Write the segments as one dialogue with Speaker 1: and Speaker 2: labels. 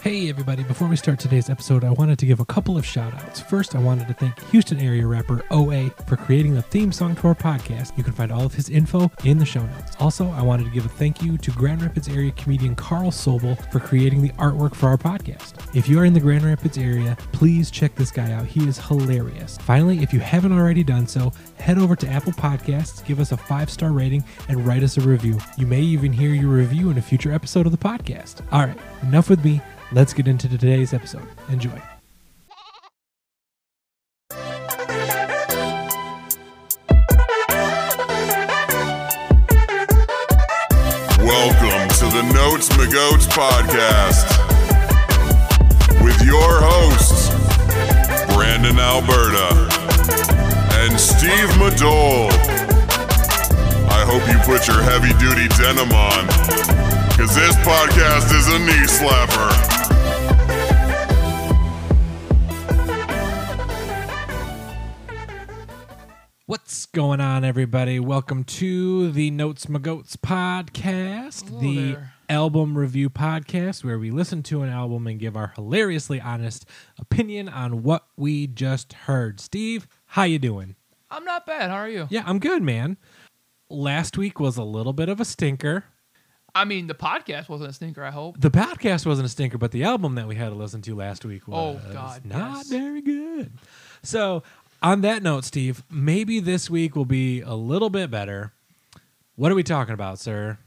Speaker 1: Hey everybody, before we start today's episode, I wanted to give a couple of shout outs. First, I wanted to thank Houston area rapper OA for creating the theme song to our podcast. You can find all of his info in the show notes. Also, I wanted to give a thank you to Grand Rapids area comedian Carl Sobel for creating the artwork for our podcast. If you are in the Grand Rapids area, please check this guy out. He is hilarious. Finally, if you haven't already done so, head over to Apple Podcasts, give us a five star rating, and write us a review. You may even hear your review in a future episode of the podcast. All right, enough with me. Let's get into today's episode. Enjoy.
Speaker 2: Welcome to the Notes McGoats podcast with your hosts, Brandon Alberta and Steve Madole. I hope you put your heavy duty denim on because this podcast is a knee slapper.
Speaker 1: What's going on, everybody? Welcome to the Notes McGoats podcast, the album review podcast, where we listen to an album and give our hilariously honest opinion on what we just heard. Steve, how you doing?
Speaker 3: I'm not bad. How are you?
Speaker 1: Yeah, I'm good, man. Last week was a little bit of a stinker.
Speaker 3: I mean, the podcast wasn't a stinker. I hope.
Speaker 1: The podcast wasn't a stinker, but the album that we had to listen to last week was
Speaker 3: Oh, God,
Speaker 1: not
Speaker 3: yes.
Speaker 1: very good. So, on that note, Steve, maybe this week will be a little bit better. What are we talking about, sir?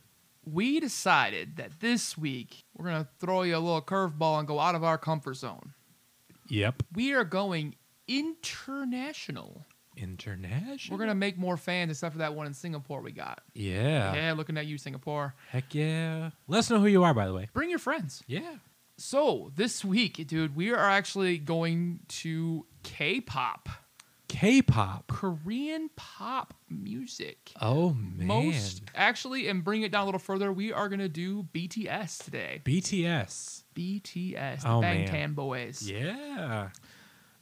Speaker 3: We decided that this week we're gonna throw you a little curveball and go out of our comfort zone.
Speaker 1: Yep,
Speaker 3: We are going international.
Speaker 1: international.
Speaker 3: We're gonna make more fans, except for that one in Singapore we got.
Speaker 1: yeah.
Speaker 3: Yeah, looking at you, Singapore.
Speaker 1: heck yeah. Let us know who you are, by the way.
Speaker 3: Bring your friends.
Speaker 1: Yeah,
Speaker 3: So this week, dude, we are actually going to K-pop,
Speaker 1: K-pop.
Speaker 3: Korean pop music.
Speaker 1: Oh man,
Speaker 3: Most actually, and bring it down a little further. We are gonna do BTS today.
Speaker 1: BTS.
Speaker 3: BTS, the
Speaker 1: Oh, man.
Speaker 3: Bangtan Boys.
Speaker 1: Yeah,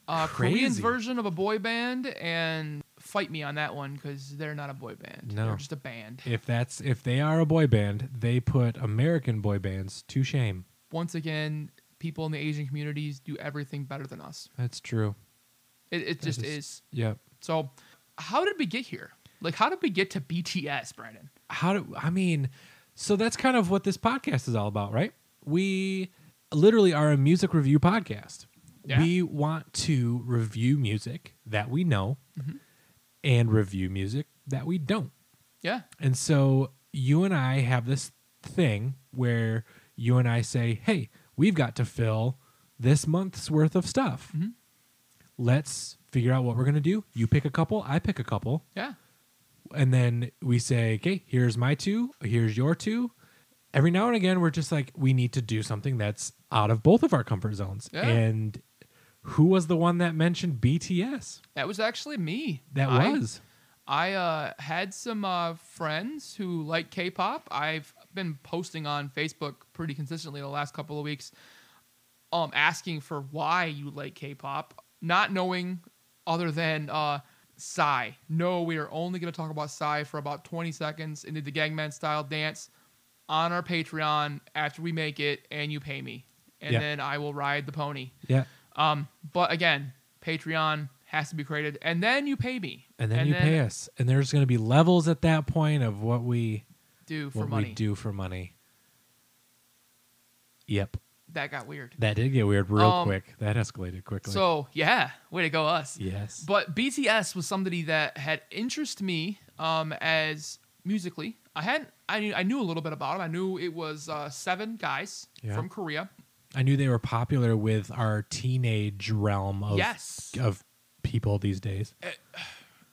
Speaker 3: uh, Korean
Speaker 1: crazy.
Speaker 3: version of a boy band, and fight me on that one because they're not a boy band.
Speaker 1: No.
Speaker 3: They're just a band.
Speaker 1: if that's if they are a boy band, they put American boy bands to shame.
Speaker 3: Once again, people in the Asian communities do everything better than us.
Speaker 1: That's true.
Speaker 3: It, it just
Speaker 1: is-
Speaker 3: is.
Speaker 1: Yep.
Speaker 3: So, how did we get here? Like, how did we get to BTS, Brandon?
Speaker 1: how do I mean? So that's kind of what this podcast is all about, right? We literally are a music review podcast.
Speaker 3: Yeah.
Speaker 1: We want to review music that we know and review music that we don't.
Speaker 3: Yeah.
Speaker 1: And so you and I have this thing where you and I say, hey, we've got to fill this month's worth of stuff. Let's figure out what we're going to do. You pick a couple, I pick a couple
Speaker 3: Yeah.
Speaker 1: and then we say, okay, here's my two, here's your two. Every now and again, we're just like, we need to do something that's out of both of our comfort zones.
Speaker 3: Yeah.
Speaker 1: And who was the one that mentioned BTS?
Speaker 3: That was actually me.
Speaker 1: That
Speaker 3: I-
Speaker 1: was.
Speaker 3: I uh, had some uh, friends who like K-pop. I've been posting on Facebook pretty consistently the last couple of weeks, um, asking for why you like K-pop, not knowing other than uh, Psy. No, we are only going to talk about Psy for about 20 seconds and did the Gangman style dance on our Patreon after we make it, and you pay me, and
Speaker 1: Yeah.
Speaker 3: then I will ride the pony.
Speaker 1: Yeah.
Speaker 3: Um, but again, Patreon has to be created, and then you pay me,
Speaker 1: And then you pay us. And there's going to be levels at that point of what we
Speaker 3: do for
Speaker 1: what
Speaker 3: money.
Speaker 1: we do for money. Yep.
Speaker 3: That got weird.
Speaker 1: That did get weird real
Speaker 3: Um,
Speaker 1: quick. That escalated quickly.
Speaker 3: So yeah, way to go us.
Speaker 1: yes.
Speaker 3: But BTS was somebody that had interest me um, as musically. I hadn't. I knew, I knew a little bit about him. I knew it was uh, seven guys
Speaker 1: Yeah.
Speaker 3: from Korea.
Speaker 1: I knew they were popular with our teenage realm of
Speaker 3: yes,
Speaker 1: of people these days.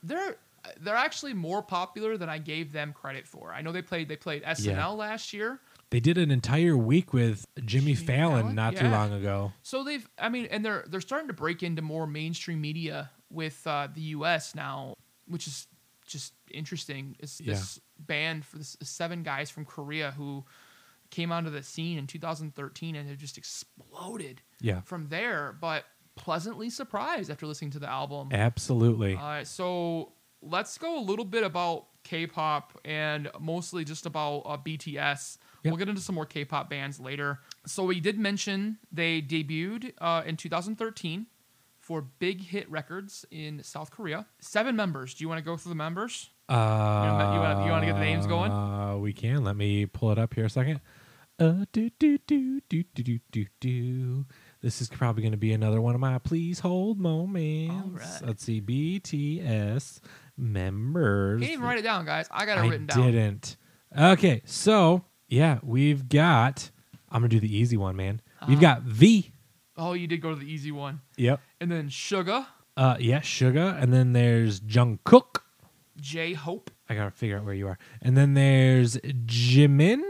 Speaker 3: they're they're actually more popular than I gave them credit for. I know they played they played SNL last year.
Speaker 1: They did an entire week with Jimmy,
Speaker 3: Jimmy
Speaker 1: Fallon,
Speaker 3: Fallon?
Speaker 1: not too
Speaker 3: Yeah.
Speaker 1: long ago.
Speaker 3: So they've, I mean, and they're they're starting to break into more mainstream media with uh, the U.S. now, which is just interesting. It's this band for this seven guys from Korea who came onto the scene in 2013 and have just exploded
Speaker 1: Yeah,
Speaker 3: from there. But pleasantly surprised after listening to the album.
Speaker 1: absolutely.
Speaker 3: Uh, so let's go a little bit about K-pop and mostly just about uh, BTS.
Speaker 1: Yep.
Speaker 3: We'll get into some more K-pop bands later. So we did mention they debuted uh, in 2013 for Big Hit Records in South Korea. Seven members. Do you want to go through the members?
Speaker 1: Uh,
Speaker 3: wanna- you wanna- you wanna get the names going?
Speaker 1: Uh, we can. Let me pull it up here a second. Uh, do, do, do, do, do, do, do, do. This is probably going to be another one of my please hold moments.
Speaker 3: right.
Speaker 1: Let's see. BTS members.
Speaker 3: You didn't even write it down, guys. I got it
Speaker 1: I
Speaker 3: written down.
Speaker 1: didn't. Okay, so yeah, we've got. I'm gonna do the easy one, man.
Speaker 3: Uh-huh.
Speaker 1: We've got V.
Speaker 3: Oh, you did go to the easy one.
Speaker 1: Yep.
Speaker 3: And then Sugar,
Speaker 1: Uh, yeah, Sugar, and then there's Jungkook.
Speaker 3: J Hope,
Speaker 1: I gotta figure out where you are, and then there's Jimin.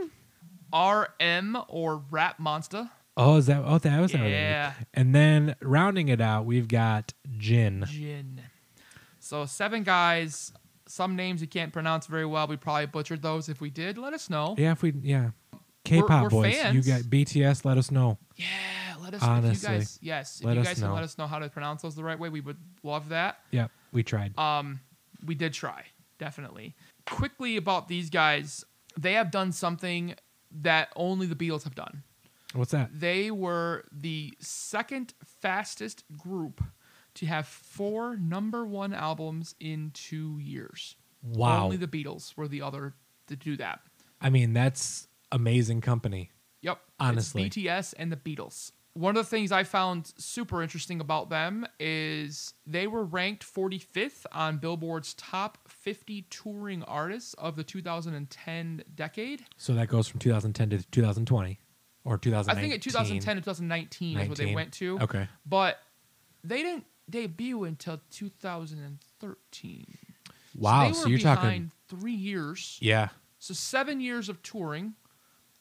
Speaker 3: RM or Rap Monster,
Speaker 1: Oh, is that? Oh, that was that. was-
Speaker 3: Yeah.
Speaker 1: And then rounding it out, we've got Jin.
Speaker 3: Jin. So seven guys. Some names you can't pronounce very well. We probably butchered those. If we did, let us know.
Speaker 1: Yeah, if we yeah, K-pop
Speaker 3: we're
Speaker 1: boys. You
Speaker 3: fans.
Speaker 1: got BTS. Let us know.
Speaker 3: Yeah, let us
Speaker 1: Honestly.
Speaker 3: if you guys yes, if
Speaker 1: Let
Speaker 3: you
Speaker 1: us
Speaker 3: guys can
Speaker 1: know.
Speaker 3: let us know how to pronounce those the right way, we would love that.
Speaker 1: Yeah, we tried.
Speaker 3: Um we did try, definitely. Quickly about these guys, they have done something that only the Beatles have done.
Speaker 1: What's that?
Speaker 3: They were the second fastest group to have four number one albums in two years.
Speaker 1: Wow.
Speaker 3: Only the Beatles were the other to do that.
Speaker 1: I mean, that's amazing company.
Speaker 3: Yep. It's
Speaker 1: Honestly.
Speaker 3: BTS and the Beatles. One of the things I found super interesting about them is they were ranked 45th on Billboard's top 50 touring artists of the 2010 decade.
Speaker 1: So that goes from 2010 to 2020 or 2019.
Speaker 3: I think at 2010 to 2019 is what they
Speaker 1: 19.
Speaker 3: went to.
Speaker 1: Okay.
Speaker 3: But they didn't debut until 2013.
Speaker 1: Wow.
Speaker 3: So, they
Speaker 1: So,
Speaker 3: were
Speaker 1: you're talking.
Speaker 3: behind three years.
Speaker 1: Yeah.
Speaker 3: So seven years of touring,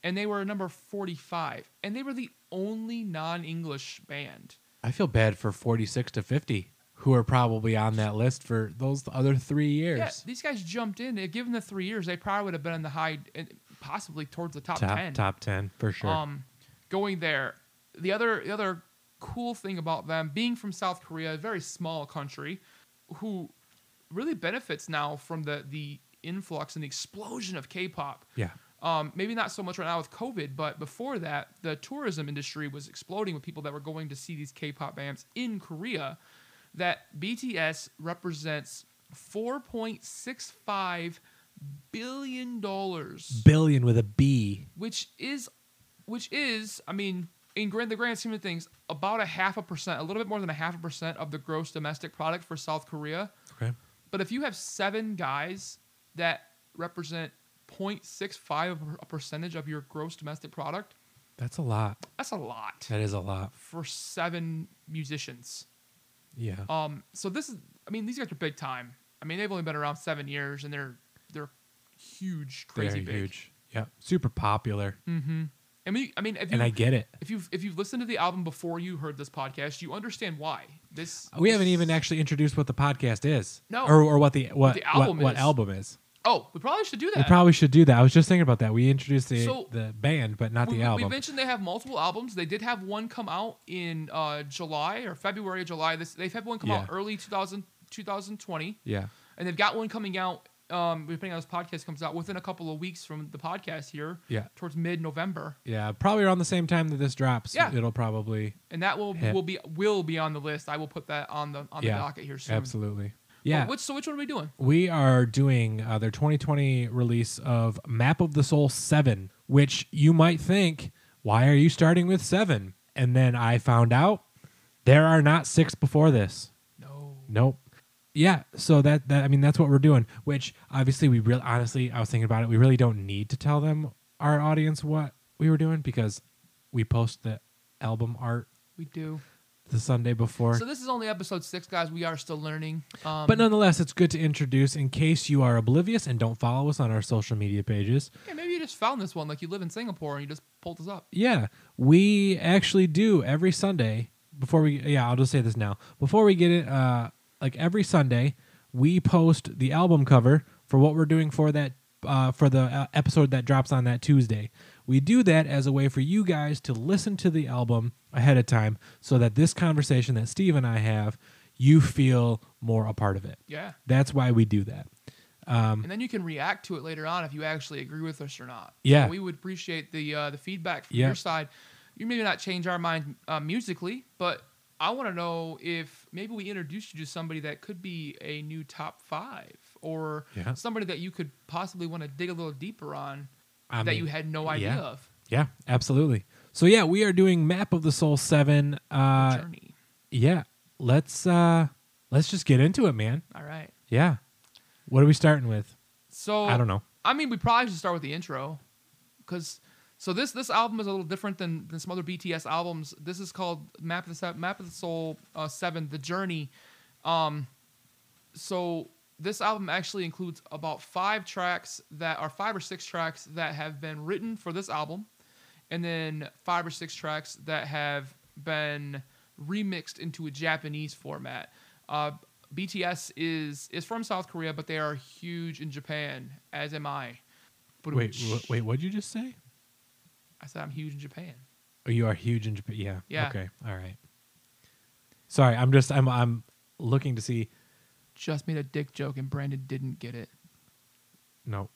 Speaker 3: and they were number 45. And they were the only non English band.
Speaker 1: I feel bad for 46 to 50 who are probably on that list for those other three years.
Speaker 3: Yeah, these guys jumped in. If Given the three years, they probably would have been in the high, and possibly towards the top,
Speaker 1: top
Speaker 3: 10.
Speaker 1: top 10 for sure.
Speaker 3: Um, going there, the other the other cool thing about them being from South Korea, a very small country, who really benefits now from the the influx and the explosion of K-pop.
Speaker 1: yeah.
Speaker 3: um, maybe not so much right now with COVID, but before that, the tourism industry was exploding with people that were going to see these K-pop bands in Korea. That BTS represents 4.65 billion dollars,
Speaker 1: Billion with a B.
Speaker 3: which is, which is, I mean, in grand the grand scheme of things, about a half a percent, a little bit more than a half a percent of the gross domestic product for South Korea.
Speaker 1: Okay.
Speaker 3: But if you have seven guys that represent 0.65 of a percentage of your gross domestic product,
Speaker 1: That's a lot.
Speaker 3: that's a lot
Speaker 1: That is a lot.
Speaker 3: for seven musicians.
Speaker 1: Yeah.
Speaker 3: Um, so this is, I mean, these guys are big time. I mean, they've only been around seven years, and they're they're huge, crazy
Speaker 1: Very
Speaker 3: big. Mm-hmm.
Speaker 1: huge. Yeah. Super popular.
Speaker 3: I mean, I mean, if you
Speaker 1: And I get it.
Speaker 3: if you've if you've listened to the album before you heard this podcast, you understand why this.
Speaker 1: We haven't
Speaker 3: this-
Speaker 1: even actually introduced what the podcast is.
Speaker 3: No.
Speaker 1: Or, or what the what
Speaker 3: The album
Speaker 1: what, what
Speaker 3: is.
Speaker 1: album is.
Speaker 3: Oh, we probably should do that.
Speaker 1: We probably should do that. I was just thinking about that. We introduced the,
Speaker 3: So-
Speaker 1: the band, but not the
Speaker 3: we, we- we
Speaker 1: album.
Speaker 3: mentioned they have multiple albums. They did have one come out in uh, July or February or July. This they've had one come out
Speaker 1: Yeah.
Speaker 3: early 2000, 2020,
Speaker 1: yeah.
Speaker 3: and they've got one coming out. Um, depending on this podcast comes out within a couple of weeks from the podcast here,
Speaker 1: Yeah.
Speaker 3: towards mid November,
Speaker 1: Yeah. Probably around the same time that this drops.
Speaker 3: Yeah.
Speaker 1: It'll probably.
Speaker 3: and that will
Speaker 1: Yeah.
Speaker 3: will be will be on the list. I will put that on the on
Speaker 1: yeah.
Speaker 3: the docket here soon.
Speaker 1: Absolutely.
Speaker 3: But
Speaker 1: Yeah.
Speaker 3: Which so which one are we doing?
Speaker 1: we are doing uh, their 2020 release of Map of the Soul 7, which you might think, why are you starting with 7? And then I found out there are not six before this.
Speaker 3: No.
Speaker 1: Nope. Yeah, so that, that I mean that's what we're doing. Which obviously we really honestly I was thinking about it. We really don't need to tell them our audience what we were doing because we post the album art
Speaker 3: We do.
Speaker 1: the Sunday before.
Speaker 3: So this is only episode six, guys. We are still learning. Um,
Speaker 1: but nonetheless, it's good to introduce in case you are oblivious and don't follow us on our social media pages.
Speaker 3: yeah, maybe you just found this one, like you live in Singapore and you just pulled this up.
Speaker 1: Yeah, we actually do every Sunday before we. Yeah, I'll just say this now. Before we get it, uh, like every Sunday, we post the album cover for what we're doing for that uh, for the uh, episode that drops on that Tuesday. We do that as a way for you guys to listen to the album ahead of time, so that this conversation that Steve and I have, you feel more a part of it.
Speaker 3: Yeah.
Speaker 1: That's why we do that. Um,
Speaker 3: and then you can react to it later on if you actually agree with us or not.
Speaker 1: Yeah.
Speaker 3: So we would appreciate the uh, the feedback from
Speaker 1: Yeah.
Speaker 3: your side. You maybe not change our mind uh, musically, but I want to know if maybe we introduced you to somebody that could be a new top five or
Speaker 1: Yeah.
Speaker 3: somebody that you could possibly want to dig a little deeper on
Speaker 1: I
Speaker 3: that
Speaker 1: mean,
Speaker 3: you had no idea
Speaker 1: yeah.
Speaker 3: of.
Speaker 1: Yeah, absolutely. So yeah, we are doing Map of the Soul Seven.
Speaker 3: the
Speaker 1: Uh,
Speaker 3: journey.
Speaker 1: yeah, let's uh, let's just get into it, man.
Speaker 3: All right.
Speaker 1: Yeah, what are we starting with?
Speaker 3: So
Speaker 1: I don't know.
Speaker 3: I mean, we probably should start with the intro, because so this this album is a little different than, than some other BTS albums. This is called Map of the Se- Map of the Soul uh, Seven: The Journey. Um, so this album actually includes about five tracks that are five or six tracks that have been written for this album, and then five or six tracks that have been remixed into a Japanese format. Uh, BTS is is from South Korea, but they are huge in Japan, as am I. But
Speaker 1: Wait, wh- wait, what'd you just say?
Speaker 3: I said I'm huge in Japan.
Speaker 1: Oh, you are huge in Japan. Yeah.
Speaker 3: Yeah.
Speaker 1: Okay. All right. Sorry, I'm just I'm I'm looking to see.
Speaker 3: Just made a dick joke and Brandon didn't get it.
Speaker 1: No.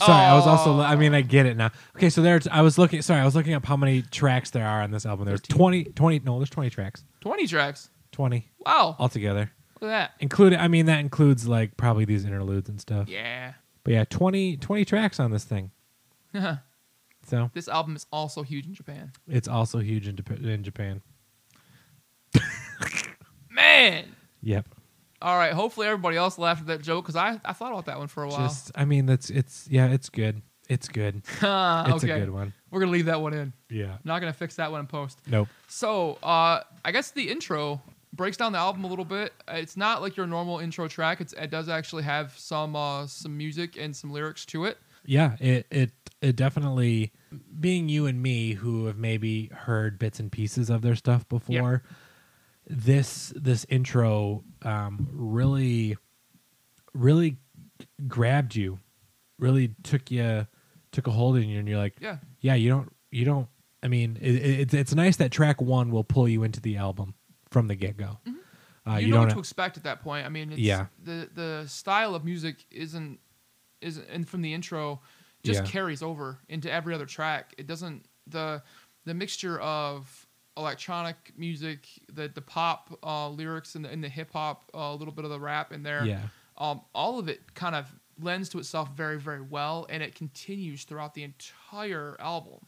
Speaker 1: Sorry, I was also.
Speaker 3: Oh.
Speaker 1: I mean, I get it now. Okay, so there's. I was looking. Sorry, I was looking up how many tracks there are on this album. There's 20, 20 No, there's twenty tracks.
Speaker 3: Twenty tracks.
Speaker 1: Twenty
Speaker 3: Wow. Look
Speaker 1: altogether.
Speaker 3: at that.
Speaker 1: Included. I mean, that includes like probably these interludes and stuff.
Speaker 3: Yeah.
Speaker 1: But yeah, 20, 20 tracks on this thing. So
Speaker 3: this album is also huge in Japan.
Speaker 1: it's also huge in, Dep- in Japan.
Speaker 3: Man.
Speaker 1: Yep.
Speaker 3: All right. Hopefully everybody else laughed at that joke because I, I thought about that one for a while.
Speaker 1: Just. I mean, that's. It's. Yeah. It's good. It's good. It's
Speaker 3: Ah, okay.
Speaker 1: a good one.
Speaker 3: We're gonna leave that one in. I'm
Speaker 1: Yeah.
Speaker 3: not gonna fix that one in post.
Speaker 1: Nope.
Speaker 3: So, uh, I guess the intro breaks down the album a little bit. Uh, It's not like your normal intro track. It's, it does actually have some uh, some music and some lyrics to it.
Speaker 1: Yeah, it it it definitely being you and me who have maybe heard bits and pieces of their stuff before. This this intro um, really really grabbed you, really took you took a hold in you, and you're like,
Speaker 3: Yeah.
Speaker 1: yeah, you don't you don't. I mean, it, it, it's it's nice that track one will pull you into the album from the get go. Uh,
Speaker 3: Mm-hmm. you,
Speaker 1: you,
Speaker 3: know
Speaker 1: don't
Speaker 3: what to expect at that point. I mean, it's,
Speaker 1: Yeah.
Speaker 3: the the style of music isn't isn't and from the intro just
Speaker 1: Yeah.
Speaker 3: carries over into every other track. It doesn't the the mixture of electronic music, the the pop uh, lyrics, and the, and the hip hop, uh, a little bit of the rap in there.
Speaker 1: Yeah.
Speaker 3: um, all of it kind of lends to itself very very well, and it continues throughout the entire album.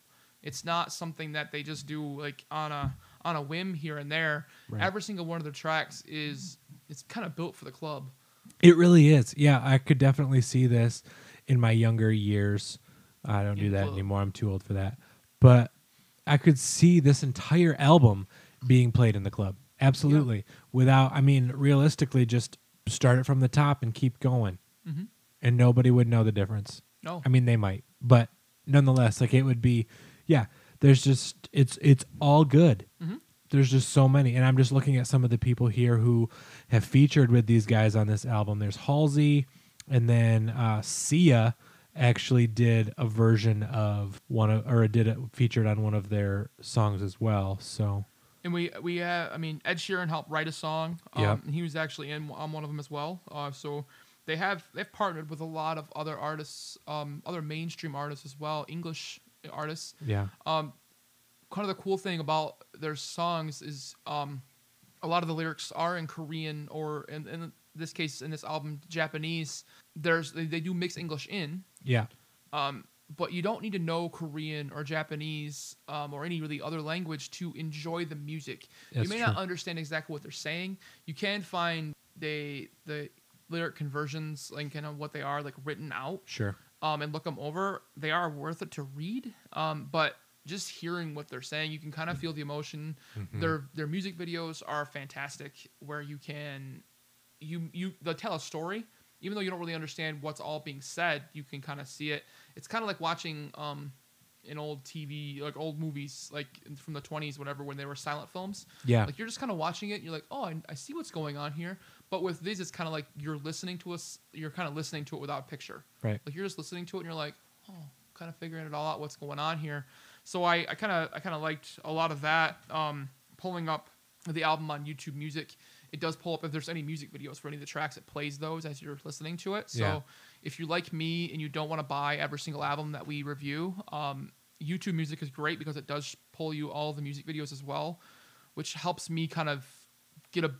Speaker 3: It's not something that they just do like on a on a whim here and there.
Speaker 1: Right.
Speaker 3: Every single one of their tracks is it's kind of built for the club.
Speaker 1: It really is. Yeah, I could definitely see this in my younger years. I don't do
Speaker 3: In
Speaker 1: that
Speaker 3: club.
Speaker 1: anymore. I'm too old for that. But I could see this entire album being played in the club. Absolutely. Without, I mean, realistically, just start it from the top and keep going.
Speaker 3: Mhm.
Speaker 1: And nobody would know the difference.
Speaker 3: No,
Speaker 1: I mean, they might, but nonetheless, like it would be, yeah. There's just it's it's all good.
Speaker 3: Mhm.
Speaker 1: There's just so many, and I'm just looking at some of the people here who have featured with these guys on this album. There's Halsey, and then uh, Sia actually did a version of one of or did it featured on one of their songs as well. So
Speaker 3: and we we have I mean Ed Sheeran helped write a song. Um,
Speaker 1: Yeah.
Speaker 3: and he was actually in on one of them as well. Uh, so they have they've partnered with a lot of other artists, um, other mainstream artists as well, English artists.
Speaker 1: yeah,
Speaker 3: kind of the cool thing about their songs is um, a lot of the lyrics are in Korean or in, in this case in this album Japanese. There's they, they do mix English in,
Speaker 1: yeah,
Speaker 3: um, but you don't need to know Korean or Japanese um, or any really other language to enjoy the music.
Speaker 1: That's
Speaker 3: you may
Speaker 1: true.
Speaker 3: not understand exactly what they're saying. You can find they the lyric conversions and kind of what they are like written out
Speaker 1: sure,
Speaker 3: um, and look them over. They are worth it to read, um, but just hearing what they're saying, you can kind of feel the emotion. Their their music videos are fantastic, where you can you you they tell a story, even though you don't really understand what's all being said. You can kind of see it. It's kind of like watching um, an old TV, like old movies, like from the twenties, whatever, when they were silent films.
Speaker 1: yeah,
Speaker 3: Like you're just kind of watching it. And you're like, oh, I, I see what's going on here. But with these, it's kind of like you're listening to us. You're kind of listening to it without picture.
Speaker 1: right,
Speaker 3: Like you're just listening to it and you're like, oh, kind of figuring it all out, what's going on here. So I I kind of I kind of liked a lot of that. Um, pulling up the album on YouTube Music, it does pull up if there's any music videos for any of the tracks. It plays those as you're listening to it. So
Speaker 1: Yeah.
Speaker 3: if you like me and you don't want to buy every single album that we review, um, YouTube Music is great because it does pull you all the music videos as well, which helps me kind of get a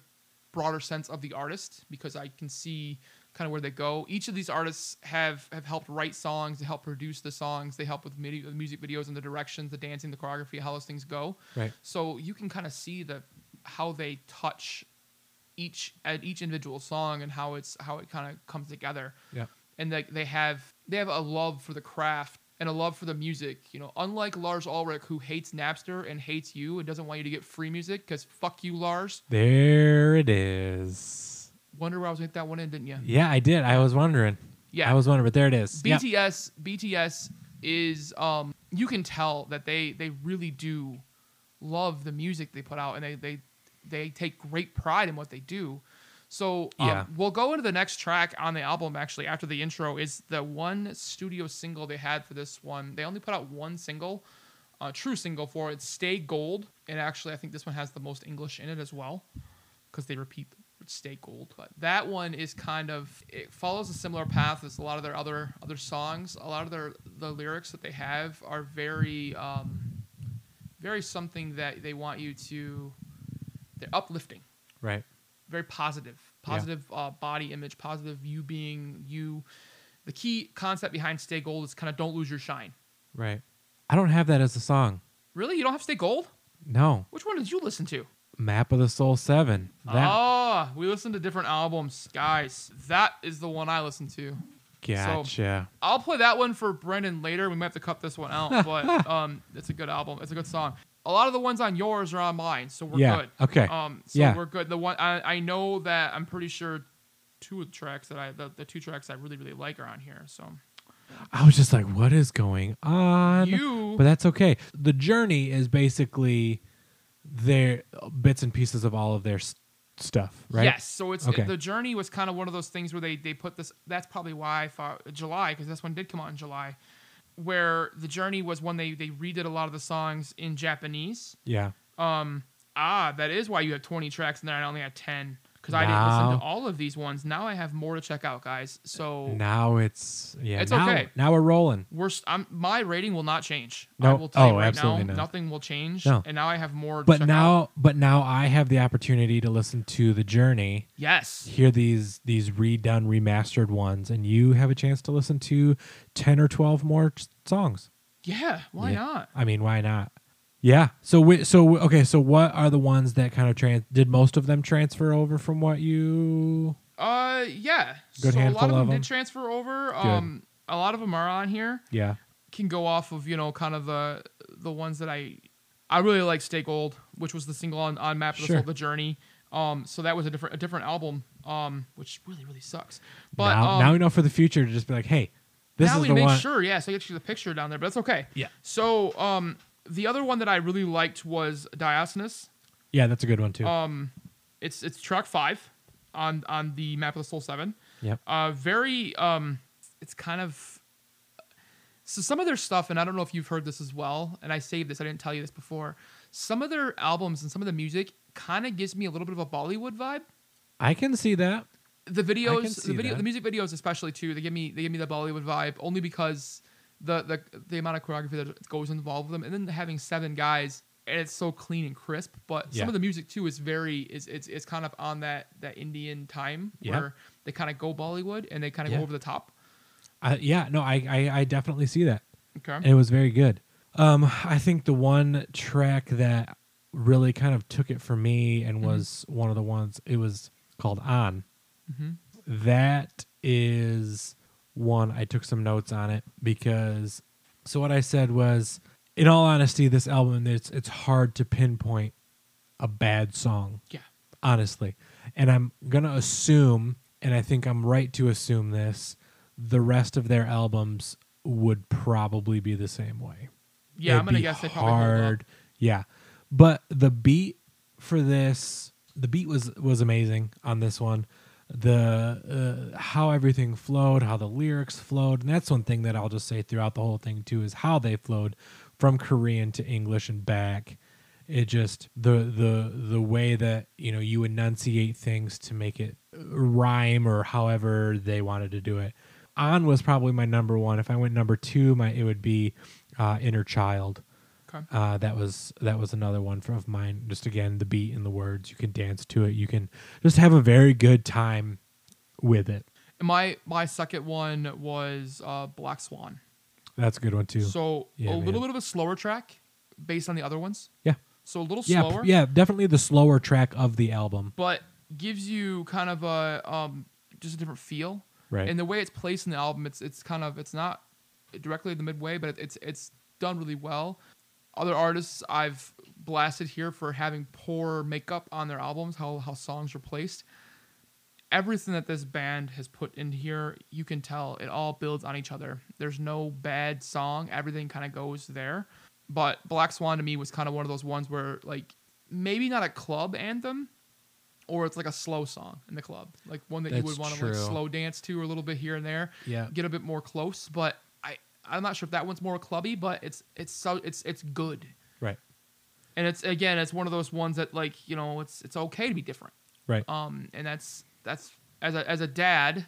Speaker 3: broader sense of the artist because I can see kind of where they go. Each of these artists have have helped write songs, they help produce the songs, they help with midi- the music videos and the directions, the dancing, the choreography, how those things go.
Speaker 1: Right.
Speaker 3: So you can kind of see the how they touch each at each individual song and how it's how it kind of comes together
Speaker 1: Yeah.
Speaker 3: and like they have they have a love for the craft and a love for the music. You know, unlike Lars Ulrich who hates Napster and hates you and doesn't want you to get free music because fuck you, Lars.
Speaker 1: There it is.
Speaker 3: Wonder where I was gonna get that one in, didn't you?
Speaker 1: Yeah, I did. I was wondering.
Speaker 3: Yeah.
Speaker 1: I was wondering, but there it is. Yep.
Speaker 3: BTS BTS is um you can tell that they they really do love the music they put out and they they they take great pride in what they do. So um,
Speaker 1: Yeah.
Speaker 3: we'll go into the next track on the album actually after the intro is the one studio single they had for this one. They only put out one single, uh, true single for it, Stay Gold. And actually I think this one has the most English in it as well because they repeat the word stay gold but that one is kind of it follows a similar path as a lot of their other other songs a lot of their the lyrics that they have are very um very something that they want you to they're uplifting
Speaker 1: Right.
Speaker 3: very positive
Speaker 1: Yeah.
Speaker 3: positive uh, body image positive you being you the key concept behind stay gold is kind of don't lose your shine
Speaker 1: Right. I don't have that as a song.
Speaker 3: really you don't have stay gold
Speaker 1: No.
Speaker 3: which one did you listen to
Speaker 1: Map of the Soul 7. That,
Speaker 3: Ah, we listen to different albums, guys. That is the one I listen to.
Speaker 1: gotcha.
Speaker 3: I'll play that one for Brendan later. We might have to cut this one out, but um, it's a good album. It's a good song. A lot of the ones on yours are on mine, so we're
Speaker 1: Yeah,
Speaker 3: good.
Speaker 1: okay.
Speaker 3: Um, so
Speaker 1: Yeah.
Speaker 3: we're good. The one I, I know that I'm pretty sure two of the tracks that I the, the two tracks I really really like are on here. So
Speaker 1: I was just like, what is going on?
Speaker 3: You-
Speaker 1: But that's okay. The journey is basically their bits and pieces of all of their s- stuff, right?
Speaker 3: Yes. So it's
Speaker 1: Okay.
Speaker 3: the journey was kind of one of those things where they they put this. That's probably why I thought July because this one did come out in July, where the journey was when they they redid a lot of the songs in Japanese.
Speaker 1: Yeah.
Speaker 3: Ah, that is why you have 20 tracks in there. and I only had 10 because I didn't
Speaker 1: Wow.
Speaker 3: listen to all of these ones. Now I have more to check out, guys. So
Speaker 1: Now it's yeah.
Speaker 3: Oh. It's
Speaker 1: now,
Speaker 3: okay.
Speaker 1: Now we're rolling.
Speaker 3: we're s- I'm, my rating will not change. I
Speaker 1: No.
Speaker 3: will tell
Speaker 1: Oh,
Speaker 3: you right
Speaker 1: absolutely
Speaker 3: now,
Speaker 1: not.
Speaker 3: nothing will change.
Speaker 1: No.
Speaker 3: And now I have more. To
Speaker 1: But
Speaker 3: check
Speaker 1: now,
Speaker 3: out.
Speaker 1: but now I have the opportunity to listen to the journey,
Speaker 3: yes,
Speaker 1: hear these these redone, remastered ones, and you have a chance to listen to ten or twelve more s- songs.
Speaker 3: yeah. Why
Speaker 1: Yeah.
Speaker 3: not?
Speaker 1: I mean, why not? Yeah. So we, so we- okay. So what are the ones that kind of trans? Did most of them transfer over from what you?
Speaker 3: Uh, yeah.
Speaker 1: Good
Speaker 3: so
Speaker 1: handful
Speaker 3: a lot of
Speaker 1: of
Speaker 3: them,
Speaker 1: them.
Speaker 3: did transfer over. Um, a lot of them are on here.
Speaker 1: Yeah.
Speaker 3: Can go off of you know kind of the the ones that I I really like. Stay Gold, which was the single on on Map of the
Speaker 1: Sure.
Speaker 3: Soul, The Journey. Um, so that was a different a different album. Um, which really really sucks. But
Speaker 1: now,
Speaker 3: um,
Speaker 1: now we know for the future to just be like, hey, this
Speaker 3: now
Speaker 1: is
Speaker 3: we
Speaker 1: the
Speaker 3: make
Speaker 1: one.
Speaker 3: sure, yeah. So I get you the picture down there, but that's okay.
Speaker 1: Yeah.
Speaker 3: So um, the other one that I really liked was Diocenes.
Speaker 1: Yeah, that's a good one too.
Speaker 3: Um, It's it's track five on on the Map of the Soul seven.
Speaker 1: yep.
Speaker 3: uh, very um it's kind of so some of their stuff and i don't know if you've heard this as well and i saved this i didn't tell you this before some of their albums and some of the music kind of gives me a little bit of a bollywood vibe
Speaker 1: I can see that.
Speaker 3: the videos
Speaker 1: see
Speaker 3: the video
Speaker 1: that.
Speaker 3: the music videos especially too they give me they give me the bollywood vibe only because the the, the amount of choreography that goes involved with them and then having seven guys and it's so clean and crisp but
Speaker 1: Yeah.
Speaker 3: some of the music too is very is it's, it's kind of on that that indian time
Speaker 1: Yeah.
Speaker 3: where they kind of go bollywood and they kind of
Speaker 1: Yeah.
Speaker 3: go over the top
Speaker 1: I, yeah. No, I, I I definitely see that.
Speaker 3: okay
Speaker 1: And it was very good. Um, I think the one track that really kind of took it for me and was one of the ones it was called On. That is one I took some notes on it because so what I said was, in all honesty, this album it's it's hard to pinpoint a bad song
Speaker 3: Yeah.
Speaker 1: honestly. And I'm going to assume, and I think I'm right to assume this, the rest of their albums would probably be the same way.
Speaker 3: Yeah, I'm
Speaker 1: It'd
Speaker 3: gonna
Speaker 1: be
Speaker 3: guess they probably hold up.
Speaker 1: Yeah. But the beat for this, the beat was was amazing on this one. The uh, how everything flowed, how the lyrics flowed, and that's one thing that I'll just say throughout the whole thing too is how they flowed from Korean to English and back. It just the the the way that you know you enunciate things to make it rhyme or however they wanted to do it. On was probably my number one. If I went number two, my it would be uh, Inner Child.
Speaker 3: Okay.
Speaker 1: Uh, that was that was another one for, of mine. Just again, the beat and the words. You can dance to it. You can just have a very good time with it.
Speaker 3: And my my second one was uh, Black Swan.
Speaker 1: That's a good one too.
Speaker 3: So
Speaker 1: Yeah,
Speaker 3: a
Speaker 1: man.
Speaker 3: little bit of a slower track based on the other ones.
Speaker 1: yeah,
Speaker 3: So a little
Speaker 1: yeah,
Speaker 3: slower,
Speaker 1: yeah. Definitely the slower track of the album.
Speaker 3: but gives you kind of a um, just a different feel.
Speaker 1: Right.
Speaker 3: And the way it's placed in the album, it's it's kind of it's not directly in the midway, but it's it's done really well. Other artists I've blasted here for having poor makeup on their albums, how how songs are placed. Everything that this band has put in here, you can tell it all builds on each other. There's no bad song. Everything kind of goes there. But Black Swan to me was kind of one of those ones where like maybe not a club anthem, or it's like a slow song in the club, like one that you
Speaker 1: That's
Speaker 3: would want to like
Speaker 1: true.
Speaker 3: slow dance to or a little bit here and there.
Speaker 1: Yeah.
Speaker 3: Get a bit more close, but I I'm not sure if that one's more clubby, but it's it's so it's it's good.
Speaker 1: Right,
Speaker 3: And it's again, it's one of those ones that like, you know, it's it's okay to be different.
Speaker 1: right.
Speaker 3: Um and that's that's as a as a dad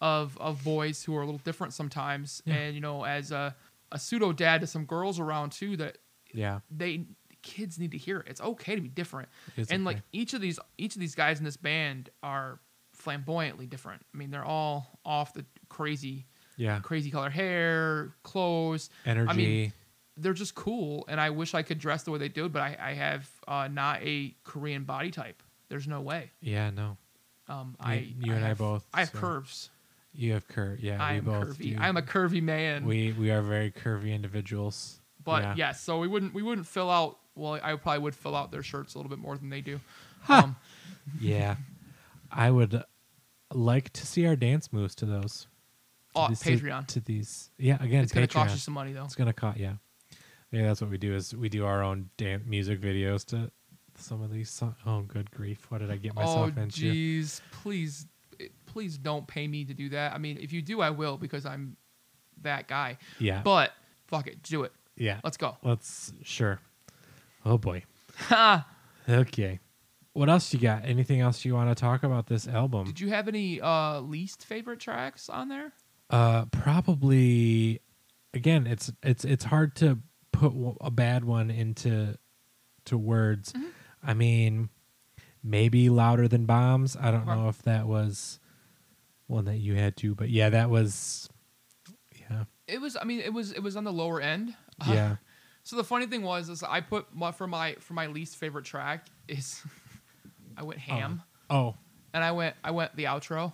Speaker 3: of of boys who are a little different sometimes
Speaker 1: Yeah.
Speaker 3: and you know, as a a pseudo dad to some girls around too that
Speaker 1: yeah,
Speaker 3: they kids need to hear it. It's okay to be different.
Speaker 1: It's
Speaker 3: and like
Speaker 1: okay.
Speaker 3: each of these each of these guys in this band are flamboyantly different. I mean, they're all off the crazy
Speaker 1: yeah.
Speaker 3: crazy color hair, clothes,
Speaker 1: Energy.
Speaker 3: I mean, they're just cool and I wish I could dress the way they do, but I, I have uh, not a Korean body type. There's no way.
Speaker 1: yeah, no.
Speaker 3: Um, I
Speaker 1: you and I
Speaker 3: have-
Speaker 1: both,
Speaker 3: I have
Speaker 1: so
Speaker 3: curves.
Speaker 1: You have curve. Yeah,
Speaker 3: I
Speaker 1: we
Speaker 3: am
Speaker 1: both.
Speaker 3: curvy.
Speaker 1: do.
Speaker 3: I'm a curvy man.
Speaker 1: We we are very curvy individuals.
Speaker 3: But
Speaker 1: yeah.
Speaker 3: yes, so we wouldn't we wouldn't fill out. Well, I probably would fill out their shirts a little bit more than they do. Um,
Speaker 1: Yeah. I would like to see our dance moves to those. To
Speaker 3: oh,
Speaker 1: these- to-
Speaker 3: Patreon.
Speaker 1: To, these. Yeah, again,
Speaker 3: it's gonna
Speaker 1: Patreon.
Speaker 3: cost you some money though.
Speaker 1: It's gonna cost yeah. Maybe that's what we do is we do our own damn music videos to some of these song- oh good grief. What did I get
Speaker 3: Oh
Speaker 1: myself into?
Speaker 3: jeez, please, please don't pay me to do that. I mean, if you do, I will because I'm that guy.
Speaker 1: Yeah.
Speaker 3: But fuck it, do it.
Speaker 1: yeah.
Speaker 3: Let's go.
Speaker 1: Let's sure. Oh boy. Okay. What else you got? Anything else you want to talk about this album?
Speaker 3: Did you have any uh, least favorite tracks on there?
Speaker 1: Uh, probably. Again, it's it's it's hard to put w- a bad one into to words.
Speaker 3: Mm-hmm.
Speaker 1: I mean, maybe louder than bombs. I don't
Speaker 3: Okay.
Speaker 1: know if that was one that you had to, but yeah, that was. Yeah,
Speaker 3: It was. I mean, it was. It was on the lower end.
Speaker 1: yeah,
Speaker 3: So the funny thing was, is I put my, for my for my least favorite track is, I went ham
Speaker 1: oh,
Speaker 3: and I went I went the outro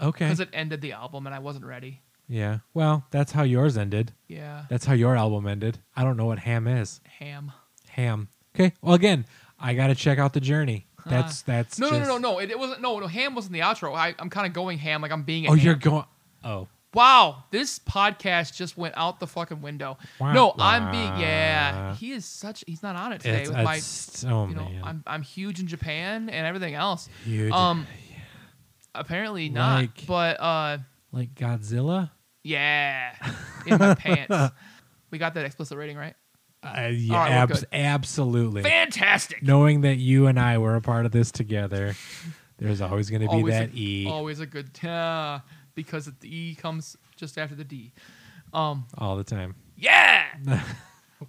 Speaker 1: okay,
Speaker 3: because it ended the album and I wasn't ready.
Speaker 1: yeah. Well, that's how yours ended.
Speaker 3: Yeah.
Speaker 1: That's how your album ended. I don't know what ham is.
Speaker 3: ham.
Speaker 1: Ham. Okay. Well, again, I got to check out the journey. That's that's
Speaker 3: No,
Speaker 1: just-
Speaker 3: no, no, no, no. It, it wasn't. No, no. Ham wasn't the outro. I, I'm kind of going ham. Like I'm being. A
Speaker 1: Oh,
Speaker 3: ham.
Speaker 1: you're going. Oh,
Speaker 3: Wow, this podcast just went out the fucking window.
Speaker 1: Wah,
Speaker 3: no,
Speaker 1: wah.
Speaker 3: I'm being. Yeah, he is such. He's not on it today
Speaker 1: It's-
Speaker 3: with my.
Speaker 1: it's- oh,
Speaker 3: you know,
Speaker 1: man.
Speaker 3: I'm I'm huge in Japan and everything else.
Speaker 1: Huge.
Speaker 3: Um, apparently not.
Speaker 1: Like-
Speaker 3: but uh,
Speaker 1: like Godzilla.
Speaker 3: yeah, in my pants. We got that explicit rating right.
Speaker 1: Uh, yeah,
Speaker 3: All right, we're
Speaker 1: abs-
Speaker 3: good.
Speaker 1: absolutely.
Speaker 3: Fantastic.
Speaker 1: Knowing that you and I were a part of this together, there's always going to be
Speaker 3: always
Speaker 1: that
Speaker 3: a,
Speaker 1: E.
Speaker 3: Always a good. Uh, because the E comes just after the D. Um.
Speaker 1: all the time.
Speaker 3: Yeah.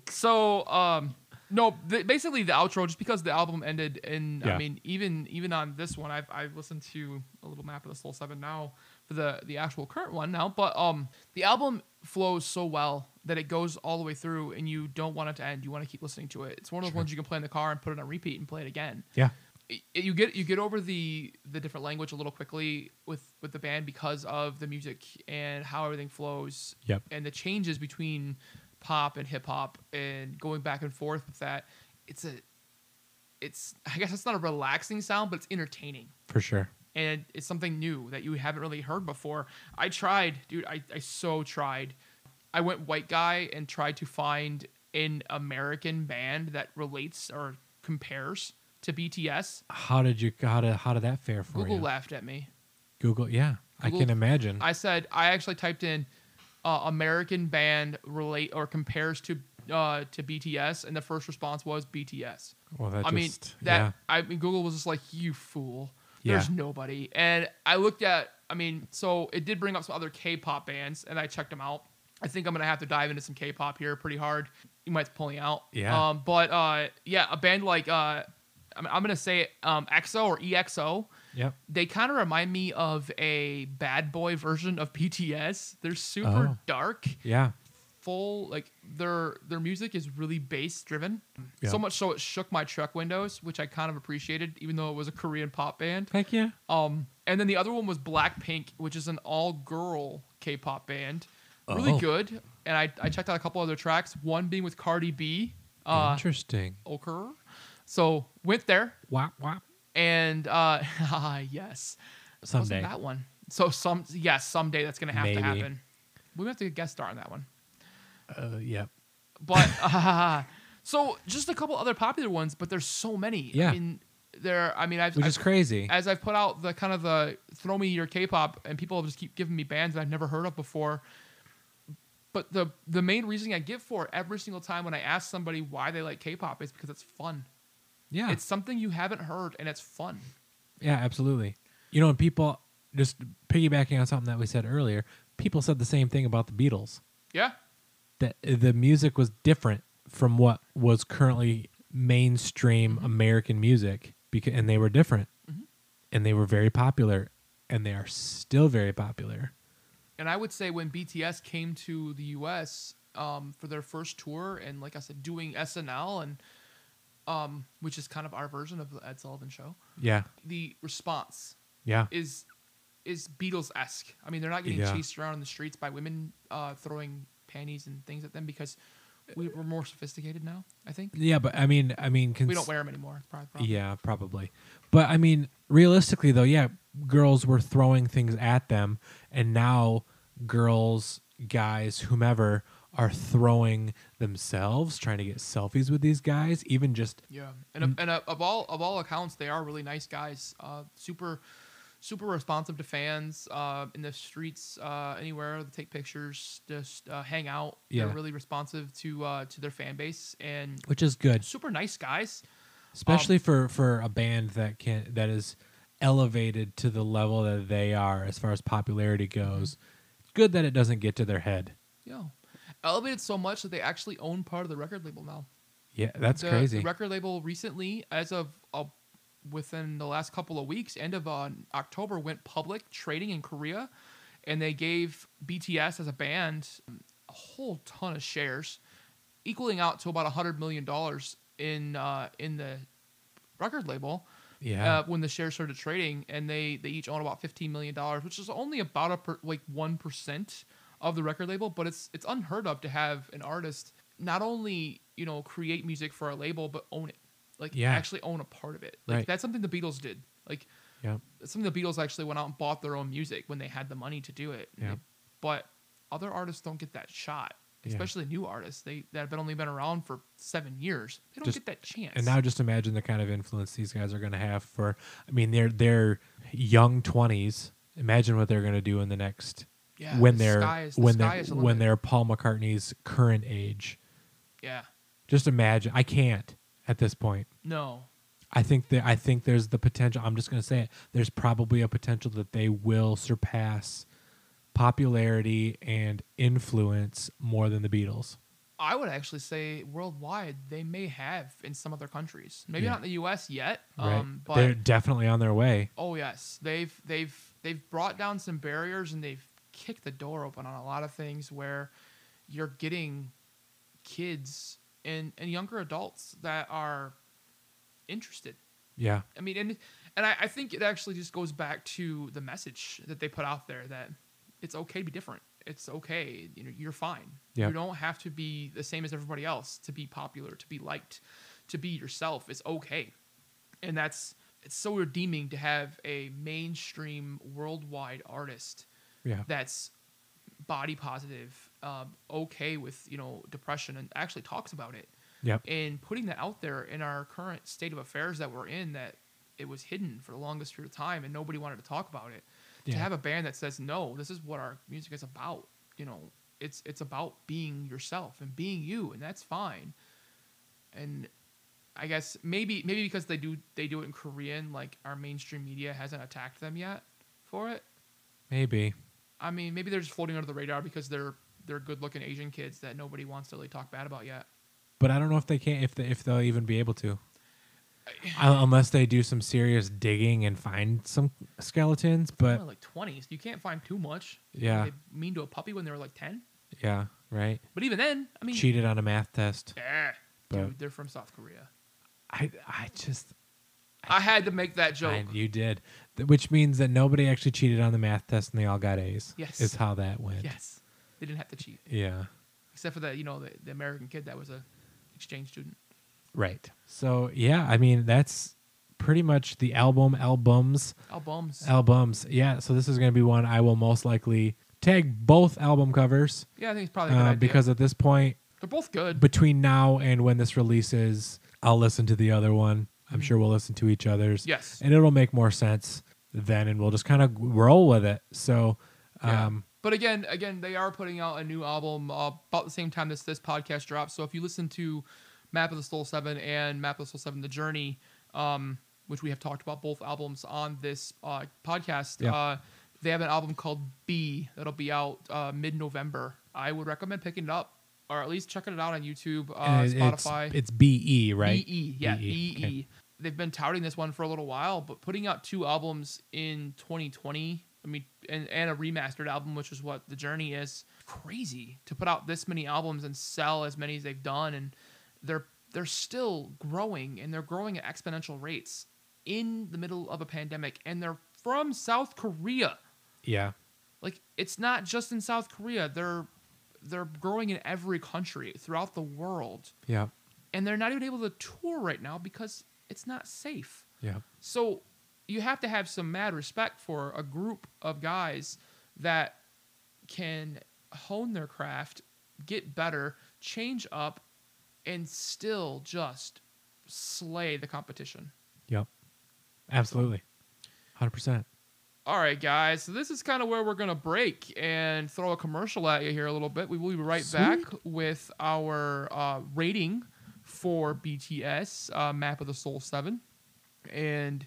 Speaker 3: so, um, no, th- basically the outro, just because the album ended, and
Speaker 1: Yeah.
Speaker 3: I mean, even even on this one, I've I've listened to a little map of the Soul Seven now for the the actual current one now, but um, the album flows so well that it goes all the way through, and you don't want it to end. You want to keep listening to it. It's one of those ones you can play in the car and put it on repeat and play it again
Speaker 1: Yeah.
Speaker 3: it- you get you get over the the different language a little quickly with with the band because of the music and how everything flows
Speaker 1: Yep.
Speaker 3: and the changes between pop and hip hop and going back and forth with that it's a it's i guess it's not a relaxing sound but it's entertaining
Speaker 1: For sure.
Speaker 3: and it's something new that you haven't really heard before. I tried, dude. I, I so tried. I went white guy and tried to find an American band that relates or compares to BTS.
Speaker 1: How did you how did how did that fare for
Speaker 3: Google
Speaker 1: you?
Speaker 3: laughed at me.
Speaker 1: Google, yeah, I
Speaker 3: Google-
Speaker 1: can imagine.
Speaker 3: I said I actually typed in uh, American band relate or compares to uh, to BTS, and the first response was BTS.
Speaker 1: well, that
Speaker 3: I mean
Speaker 1: just
Speaker 3: that
Speaker 1: yeah.
Speaker 3: I mean Google was just like you fool. There's
Speaker 4: Yeah.
Speaker 3: nobody. And I looked at, I mean, so it did bring up some other K-pop bands, and I checked them out. I think I'm gonna have to dive into some K-pop here pretty hard. You might pull me out.
Speaker 4: Yeah.
Speaker 3: Um, but uh, yeah, a band like uh, I'm, I'm gonna say it, um, EXO or EXO.
Speaker 1: Yep.
Speaker 3: They kind of remind me of a bad boy version of BTS. They're super
Speaker 4: Oh.
Speaker 3: dark
Speaker 1: Yeah.
Speaker 3: full like their their music is really bass driven
Speaker 4: Yeah.
Speaker 3: so much so it shook my truck windows which i kind of appreciated even though it was a korean pop band
Speaker 1: Heck yeah.
Speaker 3: um and then the other one was blackpink which is an all girl k-pop band really
Speaker 4: Oh.
Speaker 3: good and i i checked out a couple other tracks one being with cardi b uh
Speaker 1: Interesting.
Speaker 3: Okur. so went there
Speaker 1: Wop wop.
Speaker 3: and uh yes Wasn't
Speaker 4: Someday.
Speaker 3: that one so some yes someday that's gonna have
Speaker 4: Maybe.
Speaker 3: to happen we have to guest star on that one
Speaker 4: Uh, yeah.
Speaker 3: but uh, so just a couple other popular ones, but there's so many.
Speaker 1: Yeah.
Speaker 3: I mean, there. I mean, I've,
Speaker 1: Which is
Speaker 3: I've-
Speaker 1: crazy.
Speaker 3: as I've put out the kind of the throw me your K-pop, and people just keep giving me bands that I've never heard of before. But the the main reason I give for it every single time when I ask somebody why they like K-pop is because it's fun.
Speaker 1: Yeah.
Speaker 3: It's something you haven't heard, and it's fun.
Speaker 1: Yeah, absolutely. You know, and people just piggybacking on something that we said earlier, people said the same thing about the Beatles
Speaker 3: Yeah.
Speaker 1: that the music was different from what was currently mainstream American music because and they were different.
Speaker 3: Mm-hmm.
Speaker 1: And they were very popular and they are still very popular.
Speaker 3: And I would say when BTS came to the U.S. Um, for their first tour, and like I said, doing SNL, and um, which is kind of our version of the Ed Sullivan Show,
Speaker 1: Yeah.
Speaker 3: the response
Speaker 1: Yeah.
Speaker 3: is is Beatles esque. I mean, they're not getting
Speaker 1: Yeah.
Speaker 3: chased around in the streets by women uh, throwing panties and things at them because we, we're more sophisticated now. I think
Speaker 1: Yeah, but I mean I mean
Speaker 3: we
Speaker 1: cons-
Speaker 3: don't wear them anymore. It's probably the problem.
Speaker 1: Yeah, probably. But I mean, realistically though, yeah, girls were throwing things at them and now girls, guys, whomever are throwing themselves trying to get selfies with these guys, even just
Speaker 3: Yeah, and of- and uh, of all of all accounts, they are really nice guys. Uh, super, super responsive to fans. Uh, in the streets, uh, anywhere, they take pictures, just uh, hang out.
Speaker 1: Yeah.
Speaker 3: They're really responsive to uh, to their fan base and
Speaker 1: which is good,
Speaker 3: super nice guys. Um,
Speaker 1: especially for for a band that can that is elevated to the level that they are as far as popularity
Speaker 3: Mm-hmm.
Speaker 1: goes. It's good that it doesn't get to their head.
Speaker 3: Yeah, elevated so much that they actually own part of the record label now.
Speaker 1: Yeah, that's
Speaker 3: the,
Speaker 1: crazy.
Speaker 3: The record label recently, as of uh, within the last couple of weeks, end of uh, October, went public trading in Korea, and they gave BTS as a band um, a whole ton of shares, equaling out to about hundred million dollars in uh, in the record label.
Speaker 1: yeah.
Speaker 3: Uh, when the shares started trading, and they they each own about fifteen million dollars, which is only about a per, like one percent of the record label, but it's it's unheard of to have an artist not only you know create music for a label but own it, like
Speaker 1: Yeah.
Speaker 3: actually own a part of it. Like
Speaker 1: Right.
Speaker 3: that's something the Beatles did. Like
Speaker 1: yeah.
Speaker 3: that's something the Beatles actually went out and bought their own music when they had the money to do it.
Speaker 1: Yeah.
Speaker 3: But other artists don't get that shot.
Speaker 1: Yeah.
Speaker 3: Especially new artists, they that have been only been around for seven years, they don't
Speaker 1: Just-
Speaker 3: get that chance.
Speaker 1: And now just imagine the kind of influence these guys are going to have for I mean they're they're young 20s. Imagine what they're going to do in the next
Speaker 3: Yeah,
Speaker 1: when
Speaker 3: the
Speaker 1: they're
Speaker 3: sky is- the
Speaker 1: when
Speaker 3: sky
Speaker 1: they're
Speaker 3: is the
Speaker 1: when
Speaker 3: limit.
Speaker 1: they're Paul McCartney's current age.
Speaker 3: yeah,
Speaker 1: Just imagine I can't at this point.
Speaker 3: no,
Speaker 1: I think that I think there's the potential. I'm just going to say it. There's probably a potential that they will surpass popularity and influence more than the Beatles.
Speaker 3: I would actually say worldwide they may have in some other countries. Maybe
Speaker 1: Yeah.
Speaker 3: not in the U.S. yet,
Speaker 1: Right?
Speaker 3: um, but
Speaker 1: they're definitely on their way.
Speaker 3: oh yes, they've they've they've brought down some barriers and they've kicked the door open on a lot of things where you're getting kids and and younger adults that are interested.
Speaker 1: Yeah.
Speaker 3: I mean, and and I, I think it actually just goes back to the message that they put out there that it's okay to be different. It's okay. You know, you're fine.
Speaker 1: Yeah.
Speaker 3: You don't have to be the same as everybody else to be popular, to be liked, to be yourself. It's okay, and that's it's so redeeming to have a mainstream, worldwide artist
Speaker 1: Yeah.
Speaker 3: that's body positive, um, okay with you know depression, and actually talks about it
Speaker 1: Yep.
Speaker 3: and putting that out there in our current state of affairs that we're in that it was hidden for the longest period of time and nobody wanted to talk about it
Speaker 1: Yeah.
Speaker 3: to have a band that says no this is what our music is about you know it's it's about being yourself and being you and that's fine and I guess maybe maybe because they do they do it in Korean, like our mainstream media hasn't attacked them yet for it.
Speaker 1: Maybe.
Speaker 3: I mean, maybe they're just floating under the radar because they're they're good looking Asian kids that nobody wants to really talk bad about yet.
Speaker 1: But I don't know if they can if they, if they'll even be able to. Un- Unless they do some serious digging and find some skeletons, but
Speaker 3: Only like twenties, you can't find too much.
Speaker 1: Yeah.
Speaker 3: they mean to a puppy when they were like ten.
Speaker 1: yeah, right.
Speaker 3: But even then, I mean,
Speaker 1: Cheated on a math test.
Speaker 3: eh,
Speaker 1: But-
Speaker 3: dude, they're from South Korea.
Speaker 1: I I just
Speaker 3: I had to make that joke.
Speaker 1: I, you did, Th- which means that nobody actually cheated on the math test and they all got A's.
Speaker 3: Yes.
Speaker 1: is how that went.
Speaker 3: yes, they didn't have to cheat,
Speaker 1: Yeah.
Speaker 3: except for that you know the, the American kid that was a exchange student.
Speaker 1: Right. So yeah, I mean that's pretty much the album albums
Speaker 3: Albums.
Speaker 1: albums. Yeah. So this is going to be one I will most likely tag both album covers
Speaker 3: yeah, I think it's probably a good
Speaker 1: uh,
Speaker 3: idea.
Speaker 1: because at this point,
Speaker 3: they're both good.
Speaker 1: between now and when this releases, I'll listen to the other one. I'm sure we'll listen to each other's.
Speaker 3: Mm-hmm. Yes.
Speaker 1: And it'll make more sense then, and we'll just kind of roll with it. So,
Speaker 3: Yeah.
Speaker 1: um,
Speaker 3: but again, again, they are putting out a new album uh, about the same time this this podcast drops. So if you listen to Map of the Soul Seven and Map of the Soul Seven: The Journey, um, which we have talked about both albums on this uh, podcast,
Speaker 1: Yeah.
Speaker 3: uh, they have an album called B that'll be out uh, mid November. I would recommend picking it up or at least checking it out on YouTube, uh,
Speaker 1: it- it's-
Speaker 3: Spotify. E.
Speaker 1: It's, BE, right?
Speaker 3: BE, yeah,
Speaker 1: BE,
Speaker 3: BE.
Speaker 1: okay.
Speaker 3: They've been touting this one for a little while, but putting out two albums in 2020, I mean, and, and a remastered album, which is what The Journey is, crazy to put out this many albums and sell as many as they've done. And they're they're still growing and they're growing at exponential rates in the middle of a pandemic. And they're from South Korea.
Speaker 1: Yeah.
Speaker 3: Like it's not just in South Korea. They're they're growing in every country throughout the world
Speaker 1: Yeah.
Speaker 3: and they're not even able to tour right now because it's not safe.
Speaker 1: Yeah.
Speaker 3: So you have to have some mad respect for a group of guys that can hone their craft, get better, change up, and still just slay the competition.
Speaker 1: Yep. Absolutely. 100%.
Speaker 3: All right, guys. So this is kind of where we're gonna break and throw a commercial at you here a little bit. We will be right back with our uh, rating for BTS uh, Map of the Soul Seven, and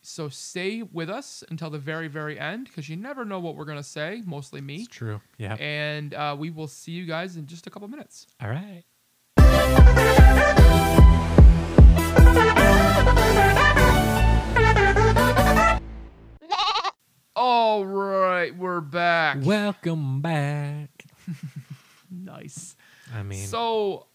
Speaker 3: so stay with us until the very, very end because you never know what we're gonna say. Mostly me.
Speaker 1: It's true. Yeah.
Speaker 3: And uh, we will see you guys in just a couple minutes.
Speaker 1: All right.
Speaker 3: All right, we're back.
Speaker 1: Welcome back.
Speaker 3: nice.
Speaker 1: I mean,
Speaker 3: So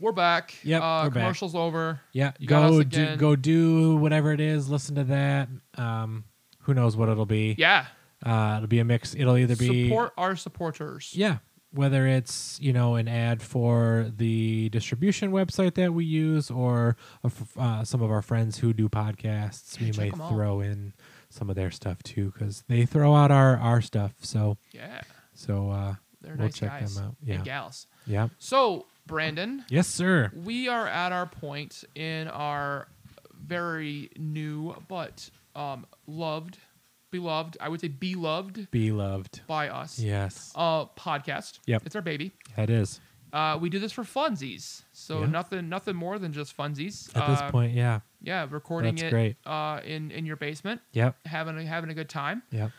Speaker 3: we're back.
Speaker 1: Yep,
Speaker 3: uh,
Speaker 1: we're back.
Speaker 3: commercials over.
Speaker 1: yeah,
Speaker 3: you got
Speaker 1: go
Speaker 3: us
Speaker 1: do,
Speaker 3: again.
Speaker 1: go do whatever it is. Listen to that. Um, who knows what it'll be?
Speaker 3: Yeah.
Speaker 1: Uh, it'll be a mix. It'll either be
Speaker 3: support our supporters.
Speaker 1: Yeah. Whether it's, you know, an ad for the distribution website that we use or a f- uh, some of our friends who do podcasts, we
Speaker 3: check
Speaker 1: may
Speaker 3: 'em out.
Speaker 1: throw in some of their stuff too cuz they throw out our our stuff. So
Speaker 3: Yeah.
Speaker 1: so uh
Speaker 3: They're
Speaker 1: we'll
Speaker 3: nice
Speaker 1: check
Speaker 3: guys
Speaker 1: them out.
Speaker 3: and
Speaker 1: Yeah.
Speaker 3: gals.
Speaker 1: Yeah.
Speaker 3: So, Brandon,
Speaker 1: Yes, sir.
Speaker 3: we are at our point in our very new but um, loved, beloved, I would say beloved
Speaker 1: Be loved.
Speaker 3: by us
Speaker 1: Yes.
Speaker 3: uh, podcast.
Speaker 1: Yep.
Speaker 3: It's our baby.
Speaker 1: That is.
Speaker 3: Uh, we do this for funsies. So
Speaker 1: Yeah.
Speaker 3: nothing nothing more than just funsies.
Speaker 1: At this
Speaker 3: Uh,
Speaker 1: point, yeah.
Speaker 3: Yeah, recording
Speaker 1: That's
Speaker 3: it
Speaker 1: great.
Speaker 3: Uh, in, in your basement,
Speaker 1: Yep.
Speaker 3: having a, having a good time.
Speaker 1: Yep.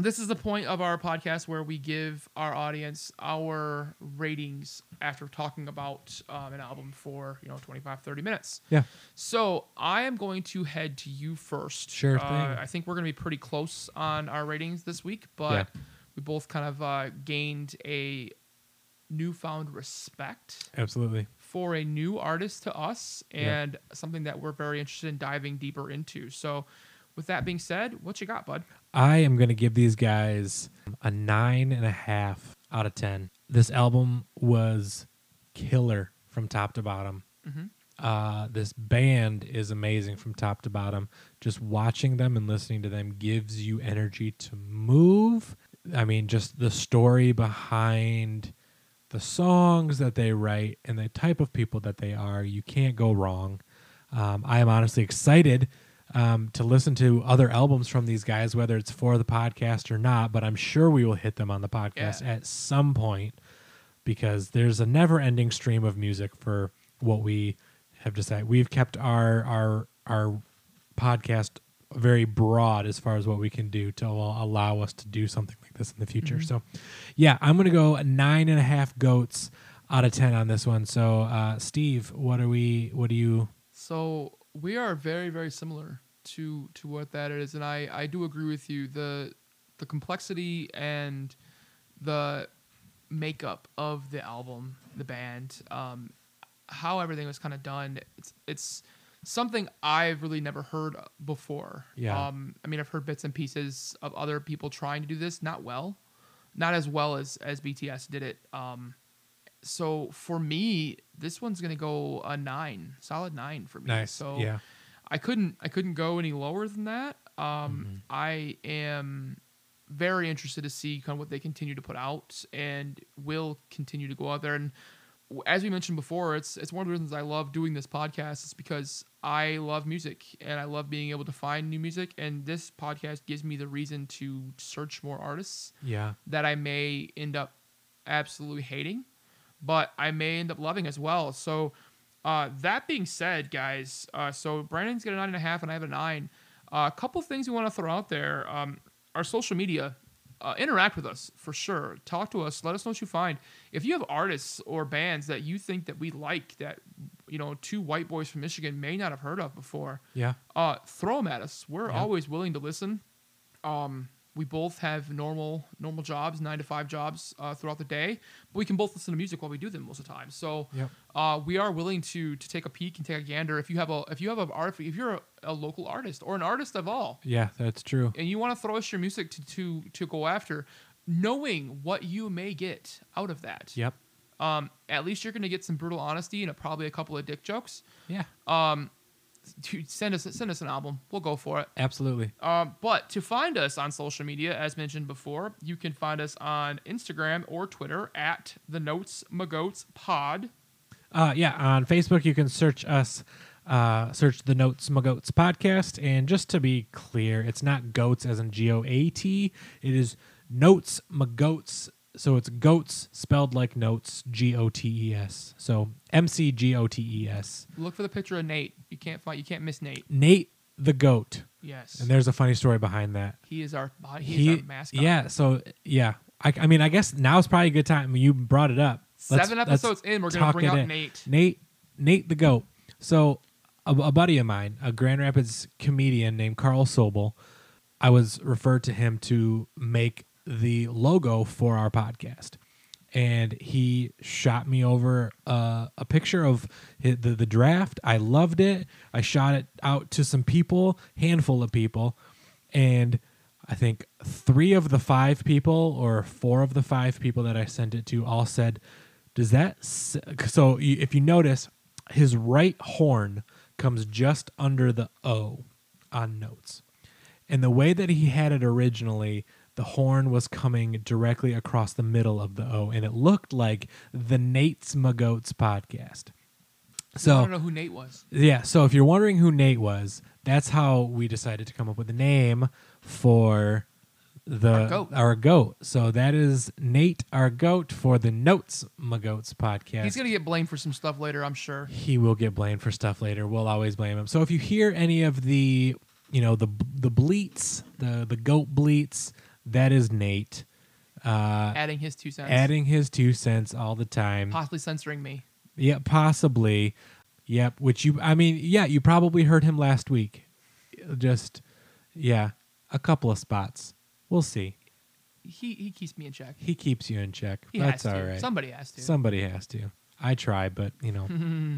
Speaker 3: this is the point of our podcast where we give our audience our ratings after talking about um, an album for you know 25 30 minutes
Speaker 1: Yeah.
Speaker 3: so i am going to head to you first
Speaker 1: Sure
Speaker 3: Uh,
Speaker 1: thing.
Speaker 3: i think we're going to be pretty close on our ratings this week but we both kind of uh, gained a newfound respect
Speaker 1: Absolutely.
Speaker 3: for a new artist to us
Speaker 1: Yeah.
Speaker 3: and something that we're very interested in diving deeper into so with that being said what you got bud
Speaker 1: I am going to give these guys a nine and a half out of 10. This album was killer from top to bottom. Uh, this band is amazing from top to bottom. Just watching them and listening to them gives you energy to move. I mean, just the story behind the songs that they write and the type of people that they are, you can't go wrong. Um, I am honestly excited um, to listen to other albums from these guys, whether it's for the podcast or not, but I'm sure we will hit them on the podcast
Speaker 3: Yeah.
Speaker 1: at some point because there's a never ending stream of music for what we have decided we've kept our our our podcast very broad as far as what we can do to al- allow us to do something like this in the future. So, yeah, I'm gonna go nine and a half goats out of ten on this one. So, uh, Steve, what are we? What do you?
Speaker 3: So we are very, very similar to to what that is, and I I do agree with you. The the complexity and the makeup of the album, the band, um, how everything was kind of done. It's it's something I've really never heard before.
Speaker 1: Yeah.
Speaker 3: Um, I mean, I've heard bits and pieces of other people trying to do this, not well, not as well as as BTS did it. Um, so for me, this one's gonna go a nine, solid nine for me.
Speaker 1: Nice.
Speaker 3: So
Speaker 1: yeah.
Speaker 3: I couldn't I couldn't go any lower than that.
Speaker 1: Mm-hmm.
Speaker 3: Um, I am very interested to see kind of what they continue to put out and will continue to go out there. And w- as we mentioned before, it's it's one of the reasons I love doing this podcast. It's because I love music and I love being able to find new music. And this podcast gives me the reason to search more artists
Speaker 1: Yeah.
Speaker 3: that I may end up absolutely hating, but I may end up loving as well. So, uh, that being said, guys, uh, so Brandon's got a nine and a half, and I have a nine. Uh, a couple things we want to throw out there: um, our social media. Uh, interact with us for sure. Talk to us. Let us know what you find. If you have artists or bands that you think that we like that you know two white boys from Michigan may not have heard of before,
Speaker 1: Yeah.
Speaker 3: uh, throw them at us. We're
Speaker 1: Yeah.
Speaker 3: always willing to listen. Um, we both have normal normal jobs, nine to five jobs uh, throughout the day, but we can both listen to music while we do them most of the time. So
Speaker 1: Yep.
Speaker 3: uh, we are willing to to take a peek and take a gander. If you have a if you have a art if you're a, a local artist or an artist of all,
Speaker 1: Yeah. That's true.
Speaker 3: and you want to throw us your music to to to go after, knowing what you may get out of that,
Speaker 1: Yep.
Speaker 3: um, at least you're going to get some brutal honesty and a, probably a couple of dick jokes.
Speaker 1: Yeah.
Speaker 3: Dude, send us send us an album. We'll go for it.
Speaker 1: Absolutely.
Speaker 3: Um, but to find us on social media, as mentioned before, you can find us on Instagram or Twitter at the Notes Magoats Pod.
Speaker 1: Uh, yeah, on Facebook you can search us, uh, search the Notes Goats podcast. And just to be clear, it's not goats as in G O A T. It is Notes Goats. So it's goats spelled like notes, G O T E S. So M C G O T E S.
Speaker 3: Look for the picture of Nate. You can't find you can't miss Nate.
Speaker 1: Nate the goat.
Speaker 3: Yes,
Speaker 1: And there's a funny story behind that.
Speaker 3: he is our he is our mascot.
Speaker 1: yeah. So yeah, I, I mean, I guess now's probably a good time. You brought it up.
Speaker 3: Seven episodes in, we're gonna
Speaker 1: talk
Speaker 3: bring
Speaker 1: it
Speaker 3: out Nate.
Speaker 1: Nate, Nate the goat. So a, a buddy of mine, a Grand Rapids comedian named Carl Sobel, I was referred to him to make the logo for our podcast. And he shot me over uh, a picture of hi- the, the draft. I loved it. I shot it out to some people, handful of people. And I think three of the five people, or four of the five people that I sent it to, all said, Does that. S-? So you- if you notice, his right horn comes just under the O on notes. And the way that he had it originally, the horn was coming directly across the middle of the O, and it looked like the Nate's Magoats podcast.
Speaker 3: I
Speaker 1: So
Speaker 3: don't know who Nate was.
Speaker 1: yeah, so if you're wondering who Nate was, that's how we decided to come up with a name for the
Speaker 3: Our goat.
Speaker 1: goat. So that is Nate our goat for the Notes Magoats podcast.
Speaker 3: He's gonna get blamed for some stuff later, I'm sure.
Speaker 1: he will get blamed for stuff later. We'll always blame him. So if you hear any of the, you know, the the bleats, the the goat bleats, that is Nate
Speaker 3: adding his two cents,
Speaker 1: adding his two cents all the time.
Speaker 3: possibly censoring me.
Speaker 1: Yeah, possibly. Yep. Which you, I mean, yeah, you probably heard him last week. Just, yeah, a couple of spots. We'll see.
Speaker 3: He he keeps me in check.
Speaker 1: He keeps you in check.
Speaker 3: He
Speaker 1: That's
Speaker 3: has
Speaker 1: all
Speaker 3: to.
Speaker 1: right.
Speaker 3: Somebody has to.
Speaker 1: Somebody has to. I try, but you know,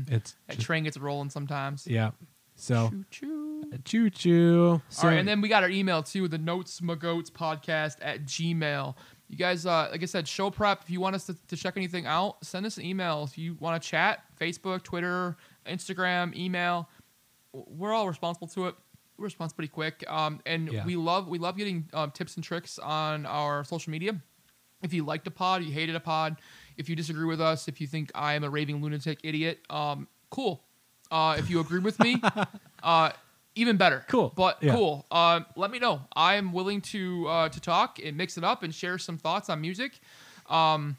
Speaker 1: it's
Speaker 3: that
Speaker 1: just-
Speaker 3: train gets rolling sometimes.
Speaker 1: yeah. So
Speaker 3: Choo choo.
Speaker 1: choo choo. So
Speaker 3: All right, and then we got our email too, the notes magoats podcast at gmail. You guys, uh, like I said, show prep. If you want us to, to check anything out, send us an email. If you want to chat, Facebook, Twitter, Instagram, email, we're all responsible to it. We respond pretty quick, um, and
Speaker 1: Yeah.
Speaker 3: we love we love getting um, tips and tricks on our social media. If you liked a pod, you hated a pod, if you disagree with us, if you think I am a raving lunatic idiot, um, cool. Uh, if you agree with me, uh, even better.
Speaker 1: Cool.
Speaker 3: But
Speaker 1: Yeah.
Speaker 3: cool. Um, let me know. I'm willing to uh, to talk and mix it up and share some thoughts on music. Um,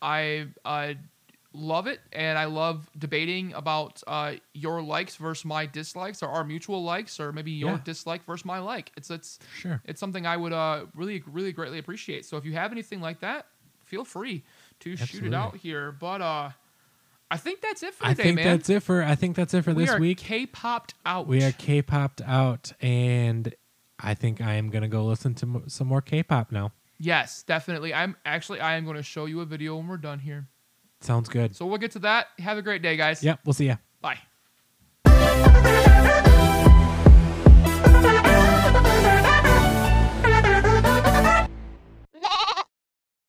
Speaker 3: I uh, love it, and I love debating about uh, your likes versus my dislikes, or our mutual likes, or maybe your
Speaker 1: Yeah.
Speaker 3: dislike versus my like. It's it's
Speaker 1: Sure.
Speaker 3: it's something I would uh, really really greatly appreciate. So if you have anything like that, feel free to shoot it
Speaker 1: Absolutely.
Speaker 3: out here. But uh, I think that's it for
Speaker 1: I
Speaker 3: today,
Speaker 1: think
Speaker 3: man.
Speaker 1: that's it for I think that's it for
Speaker 3: we
Speaker 1: this
Speaker 3: are
Speaker 1: week.
Speaker 3: K-popped out.
Speaker 1: we are K-popped out, and I think I am gonna go listen to m- some more K-pop now.
Speaker 3: yes, definitely. I'm actually I am going to show you a video when we're done here.
Speaker 1: Sounds good.
Speaker 3: So we'll get to that. Have a great day, guys.
Speaker 1: Yep, we'll see ya.
Speaker 3: Bye.